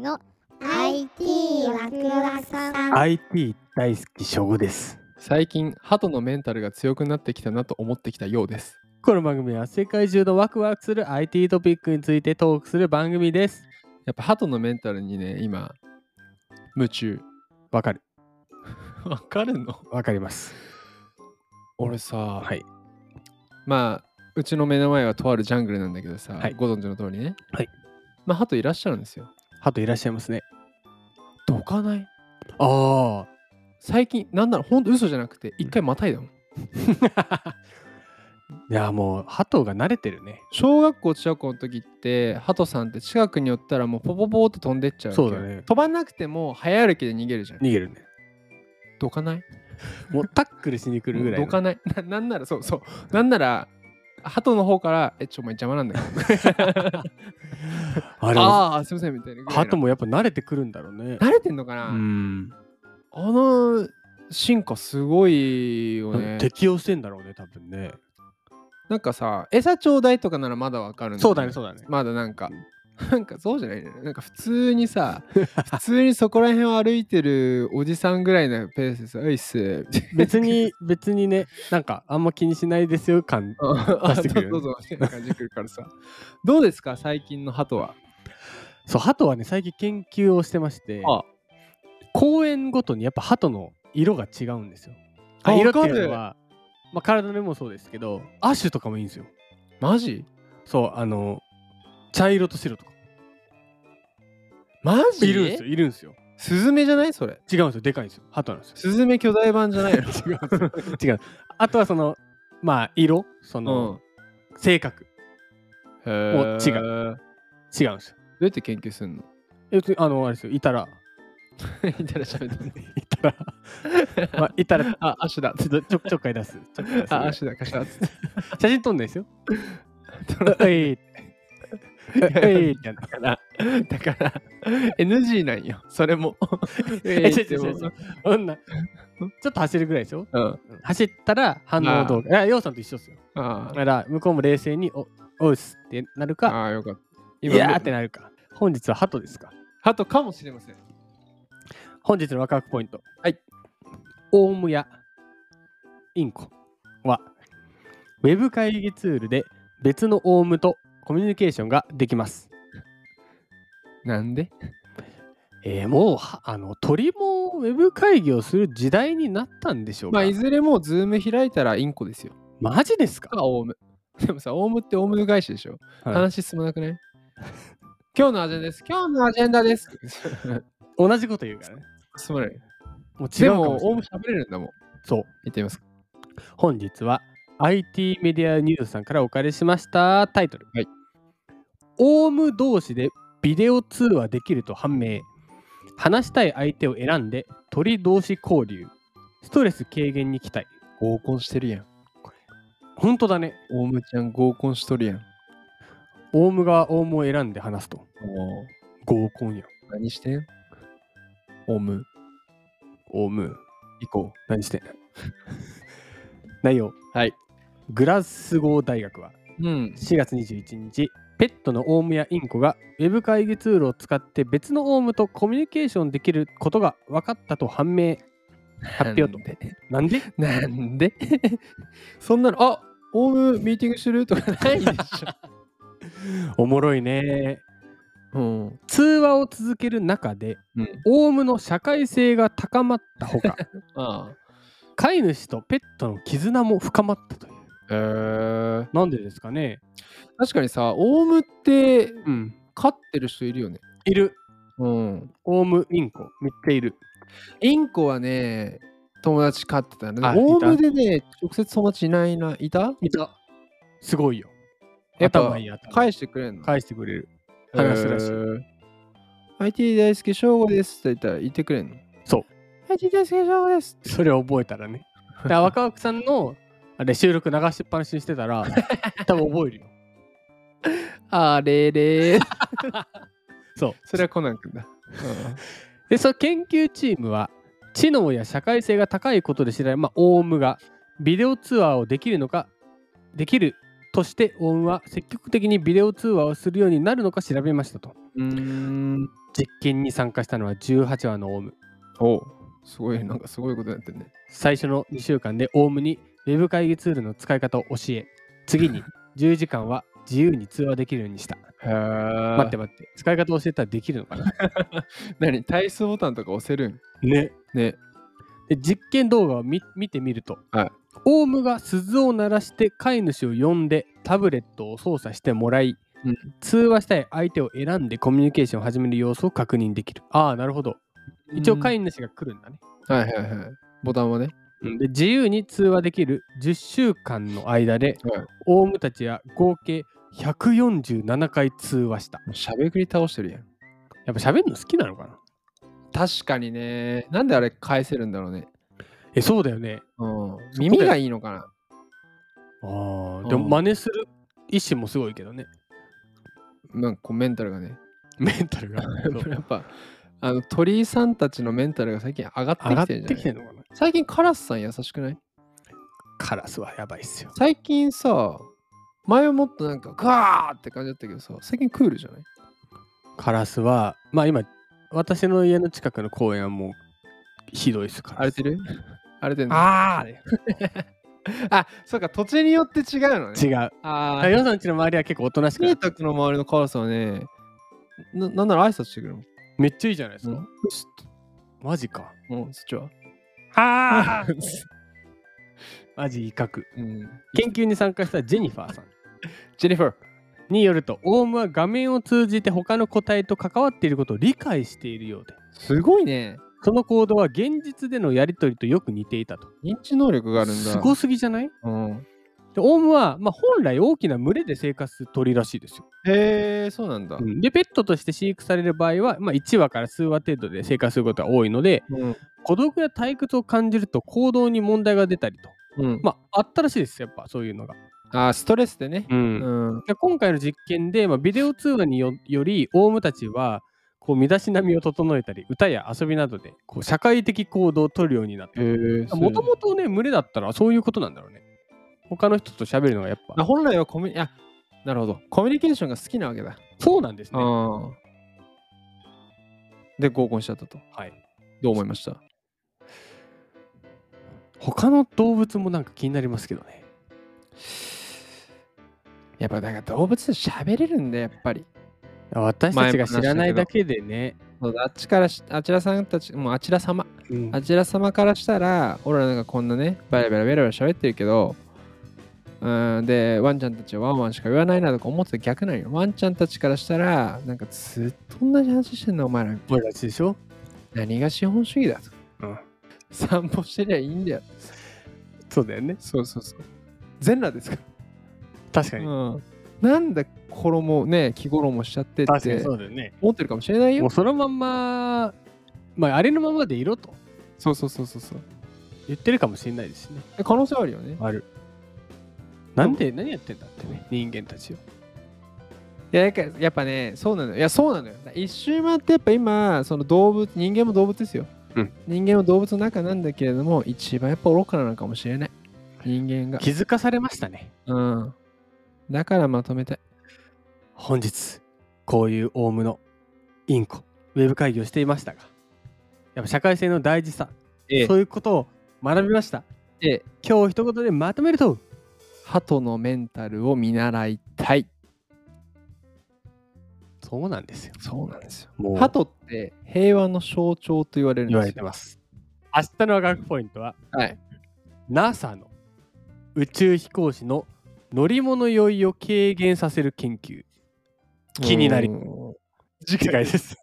の IT ワクワクさん IT 大好き諸具です最近ハトのメンタルが強くなってきたなと思ってきたようですこの番組は世界中のワクワクする IT トピックについてトークする番組ですやっぱハトのメンタルにね今夢中わかる わかるのわかります俺さ、はいまあうちの目の前はとあるジャングルなんだけどさ、はいご存知の通りねはいまあハトいらっしゃるんですよハトいらっしゃいますねどかないあ最近なんならほんと嘘じゃなくて一回またいだもんあ いやもうハトが慣れてるね小学校中学校の時ってハトさんって近くに寄ったらもうポポポーって飛んでっちゃうわけよそうだね飛ばなくても早歩きで逃げるじゃん逃げるねどかないもうタックルしに来るぐらいどかない ななんならそうそうなんなら鳩の方から「えちょお前邪魔なんだけど」あれああすいません」みたいなぐらいのハトもやっぱ慣れてくるんだろうね慣れてんのかな、うんあの進化すごいよね適応してんだろうね多分ねなんかさ餌ちょうだいとかならまだわかるんそうだねそうだねまだなんかなんかそうじゃないねなんか普通にさ 普通にそこら辺を歩いてるおじさんぐらいのペースでさ「う いっす」別に別にねなんかあんま気にしないですよ感 出あしてくるどよねう ぞみたいな感じで来るからさどうですか最近の鳩はそうハトはね最近研究をしてましてあ公園ごとにやっぱハトの色が違うんですよあ色ってわかるいうのは、まあ、体の色もそうですけどアッシュとかもいいんですよマジそうあの茶色と白とかマジいるんですよいるんですよスズメじゃないそれ。違うんですよでかいんですよハトなんですよスズメ巨大版じゃないの 違うんですよ違うあとはそのまあ色そ の、性格うん。もう違う。ど違うんですようやって研究す んのえっとあのあれですよいた らいたら喋ってね。いたら、まあ、いたらあ、足だ。ちょっとちょちょっかい出すちょっかい出すあ、足だ、かしら。写真撮んないですよえいえ いってやんのだから、NG なんよ。それ も。え違う違う違うそ んなちょっと走るぐらいでしょうん。走ったら反応どうか。いや、ようさんと一緒ですよ。あだーから、向こうも冷静に、お、おうっすってなるか、あー、よかった。い今やーってなるか。本日はハトですか。ハトかもしれません。本日のワクワクポイント。はい。オウムやインコは、ウェブ会議ツールで別のオウムとコミュニケーションができます。なんでえー、もうは、あの、鳥もウェブ会議をする時代になったんでしょうか、まあ、いずれもうズーム開いたらインコですよ。マジですか、か、オウム。でもさ、オウムってオウム返しでしょ。話進まなくない 今日のアジェンダです。今日のアジェンダ です。同じこと言うからね。進まない。もう違でうかもも、しれなオウムい。喋れるんだもん。そう。行ってみますか。本日は IT メディアニュースさんからお借りしましたタイトル、はいオウム同士でビデオ通話できると判明話したい相手を選んで鳥同士交流ストレス軽減に期待合コンしてるやん。本当だねオウムちゃん合コンしとるやん。オウムがオウムを選んで話すとも合コンやう、何してんオウム、オウム行こ何してん 内容はいグラスゴー大学はう。うん。 4月21日ペットのオウムやインコがウェブ会議ツールを使って別のオウムとコミュニケーションできることが分かったと判明発表となんでなんで そんなの、あオウムミーティングしてるとかないでしおもろいねょ。 うん。通話を続ける中で、うんオウムの社会性が高まったほ かああ。飼い主とペットの絆も深まったというえー、なんでですかね確かにさ、オウムってうん飼ってる人いるよね。いるうん。オウムインコめっちゃいるインコはね、友達飼ってたんだあね。オウムいたでね、直接友達いないな。いたいたすごいよやっぱ頭いい頭返してくれんの返してくれる話すらしいえー IT 大好き翔吾ですって言ったら言ってくれんの。そう IT 大好き翔吾ですって。それ覚えたら ね。だから若奥さんのあれ収録流しっぱなしにしてた ら、多分覚えるよ。あれれー。そう。それはコナン君だ。で、その研究チームは、知能や社会性が高いことで知られる、まあ、オウムがビデオ通話をできるのか、できるとして、オウムは積極的にビデオ通話をするようになるのか調べましたと。うん。実験に参加したのは18羽のオウム。おうすごいなんかすごいことになってんね最初の2週間でオウムにウェブ会議ツールの使い方を教え、次に10時間は自由に通話できるように した。へえ待ってて待って、使い方教えたらできるのかな何体数ボタンとか押せるんね。ねで実験動画を見見てみると、はいオウムが鈴を鳴らして飼い主を呼んでタブレットを操作してもらい、うん通話したい相手を選んでコミュニケーションを始める様子を確認できる。ああ、なるほど。一応飼いい主が来るんだね。はいはいはいボタンはねで自由に通話できる10週間の間で、はいオウムたちは合計147回通話した。しゃべくり倒してるやんやっぱ喋るの好きなのかな確かにねなんであれ返せるんだろうねえ、そうだよね。うんそこで耳がいいのかなあうあ、んでも真似する意思もすごいけどね。 なんかこうメンタルがねメンタルが。そう やっぱあの鳥居さんたちのメンタルが最近上がって上がきってるんじてゃきなていんのかな最近カラスさん優しくないカラスはやばいっすよ。最近さ前はもっとなんかガーって感じだったけどさ最近クールじゃないカラスは、まあ今、私の家の近くの公園はもうひどいっすから。荒れてる 荒れてんのああそうか土地によって違うのあね違う。ああヨウさんちの周りは結構おとなしくな住って宅の周りのカラスはねななんなら挨拶してくるもんめっちゃいいじゃないですうか。んマジか。うんそっちはああ マジ威嚇。うん研究に参加したジェニファーさんジェニファーによると、オウムは画面を通じて他の個体と関わっていることを理解しているようで、すごいねその行動は現実でのやり取りとよく似ていたと。認知能力があるんだすごすぎじゃないうんでオウムは、まあ、本来大きな群れで生活する鳥らしいですよ。へえそうなんだで、ペットとして飼育される場合は、まあ、1羽から数羽程度で生活することが多いので、うん孤独や退屈を感じると行動に問題が出たりと。うんまあ、あったらしいです、やっぱそういうのが。あーストレスでねうんうんで今回の実験で、まあ、ビデオ通話によよりオウムたちはこう身だしなみを整えたり歌や遊びなどでこう社会的行動を取るようになっへえたもともとね群れだったらそういうことなんだろうね他の人と喋るのがやっぱ本来はコミュニあなるほどコミュニケーションが好きなわけだそうなんですねああ。で、合コンしちゃったと。はいどう思いました他の動物もなんか気になりますけどねやっぱなんか動物と喋れるんだ、やっぱり。私たちが知らないだけでね、そうだあっちからし、あちらさんたち、もうあちら様、うんあちら様からしたら、俺らなんかこんなね、バラバラバラバラ喋ってるけど、うん、で、ワンちゃんたちはワンワンしか言わないなとか思ってたら逆なんよ。ワンちゃんたちからしたら、なんかずっと同じ話してんの、お前ら。俺たちでしょ何が資本主義だと。うん散歩してりゃいいんだよ。そうだよねそうそうそう。全裸ですか確かに、うん、なんで衣ね着衣もしちゃってっ確かにてそうだよね思ってるかもしれないもようそのまんま、まあ、あれのままでいろとそうそうそうそうそう言ってるかもしれないですしね可能性はあるよねある。なんで何やってんだってね、人間たちを。いややっぱやっぱねそうなのよいやそうなのよ一周回ってやっぱ今その動物人間も動物ですよ、うん人間も動物の中なんだけれども一番やっぱ愚かなのかもしれない人間が気づかされましたね。うんだからまとめたい本日、こういうオウムのインコ、ウェブ会議をしていましたが、やっぱ社会性の大事さ、えそういうことを学びました。ええ今日一言でまとめると、鳩のメンタルを見習いたいそうなんですよ。そうなんですよもう鳩って平和の象徴と言われるんです言よわれてます。明日の学ポイントは、はい NASA の宇宙飛行士の乗り物酔いを軽減させる研究。気になりうん次回です。